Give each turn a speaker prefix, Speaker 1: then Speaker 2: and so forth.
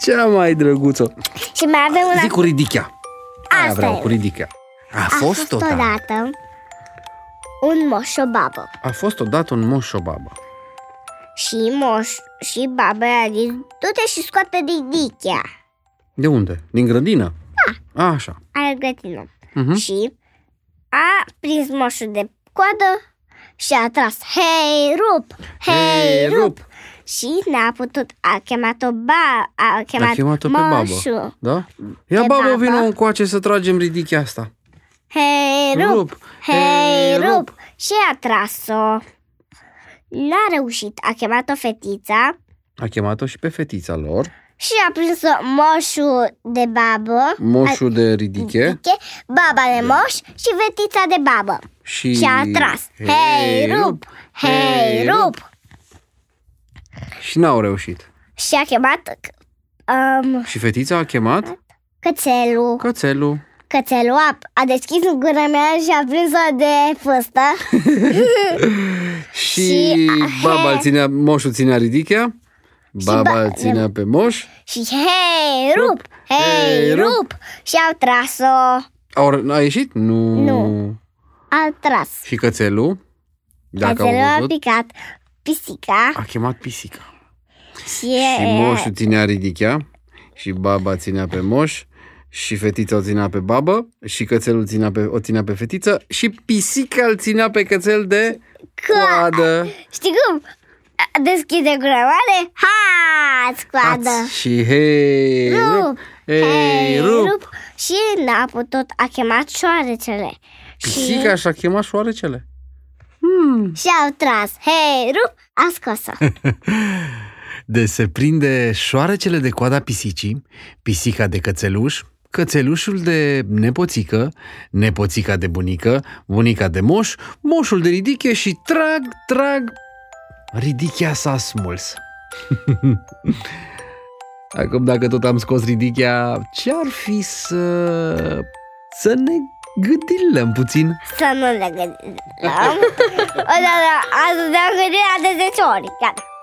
Speaker 1: Cea mai drăguță.
Speaker 2: Și mai avem un
Speaker 1: Zi cu ridichea. Aia
Speaker 2: Asta
Speaker 1: vreau,
Speaker 2: e.
Speaker 1: cu ridichea. A,
Speaker 2: A da.
Speaker 1: fost odată.
Speaker 2: odată un moș o babă
Speaker 1: A fost odată un moș și o babă.
Speaker 2: și moș și babă a zis, du-te și scoate ridichea.
Speaker 1: De unde? Din grădină?
Speaker 2: Da.
Speaker 1: A, așa.
Speaker 2: Are grătină.
Speaker 1: Mhm.
Speaker 2: Și a prins moșul de coadă și a tras, hei, rup, hei,
Speaker 1: Hei,
Speaker 2: rup. Și n-a putut, a chemat-o ba, a chemat,
Speaker 1: A chemat-o pe babă.
Speaker 2: moșul.
Speaker 1: Da? Ia
Speaker 2: Pe
Speaker 1: babă,
Speaker 2: babă.
Speaker 1: vină încoace să tragem ridichea asta.
Speaker 2: Hei, rup,
Speaker 1: Rup!
Speaker 2: Hei, rup! Și a tras-o. N-a reușit, a chemat-o fetița
Speaker 1: A chemat-o și pe fetița lor,
Speaker 2: și a prins-o moșul de babă,
Speaker 1: moșul de ridiche
Speaker 2: adică baba de moș și fetița de babă.
Speaker 1: și...
Speaker 2: Și a tras. Hei, rup! Hei, rup!
Speaker 1: Și n-au reușit.
Speaker 2: Și a chemat um,
Speaker 1: Și fetița a chemat
Speaker 2: cățelul.
Speaker 1: cățelul.
Speaker 2: Cățelul a, a deschis gura mea și a prins-o de fustă.
Speaker 1: Și
Speaker 2: Și-
Speaker 1: baba îl ținea, moșul ținea ridichea, baba
Speaker 2: ba-
Speaker 1: îl ținea pe moș.
Speaker 2: Și hei, rup! Hei,
Speaker 1: Hei, rup!
Speaker 2: rup! Și au tras-o.
Speaker 1: Or, a ieșit? Nu.
Speaker 2: Nu. Au tras.
Speaker 1: Și cățelul, dacă
Speaker 2: Cățelul
Speaker 1: au
Speaker 2: a
Speaker 1: văzut,
Speaker 2: picat pisica
Speaker 1: a chemat pisica.
Speaker 2: și,
Speaker 1: Și moșul ținea ridichea și baba ținea pe moș și fetița o ținea pe babă și cățelul ținea pe, o ținea pe fetiță și pisica îl ținea pe cățel de coadă.
Speaker 2: Știi cum? Deschide gura mare, ha, scoadă.
Speaker 1: Ați Și hei, rup,
Speaker 2: Rup,
Speaker 1: hei, rup.
Speaker 2: Și n-a putut, a chemat șoarecele. Și,
Speaker 1: Pisica și-a chemat șoarecele.
Speaker 2: și au tras, hei, rup, a scos-o.
Speaker 3: De se prinde șoarecele de coada pisicii, pisica de cățeluș, cățelușul de nepoțică, nepoțica de bunică, bunica de moș, moșul de ridiche și trag, trag, ridichea s-a smuls. Acum, dacă tot am scos ridichea, ce-ar fi să... să ne gâdilăm puțin?
Speaker 2: Să nu le gândim. O, da, da, azi ne-am gândit la de 10 ori, gata.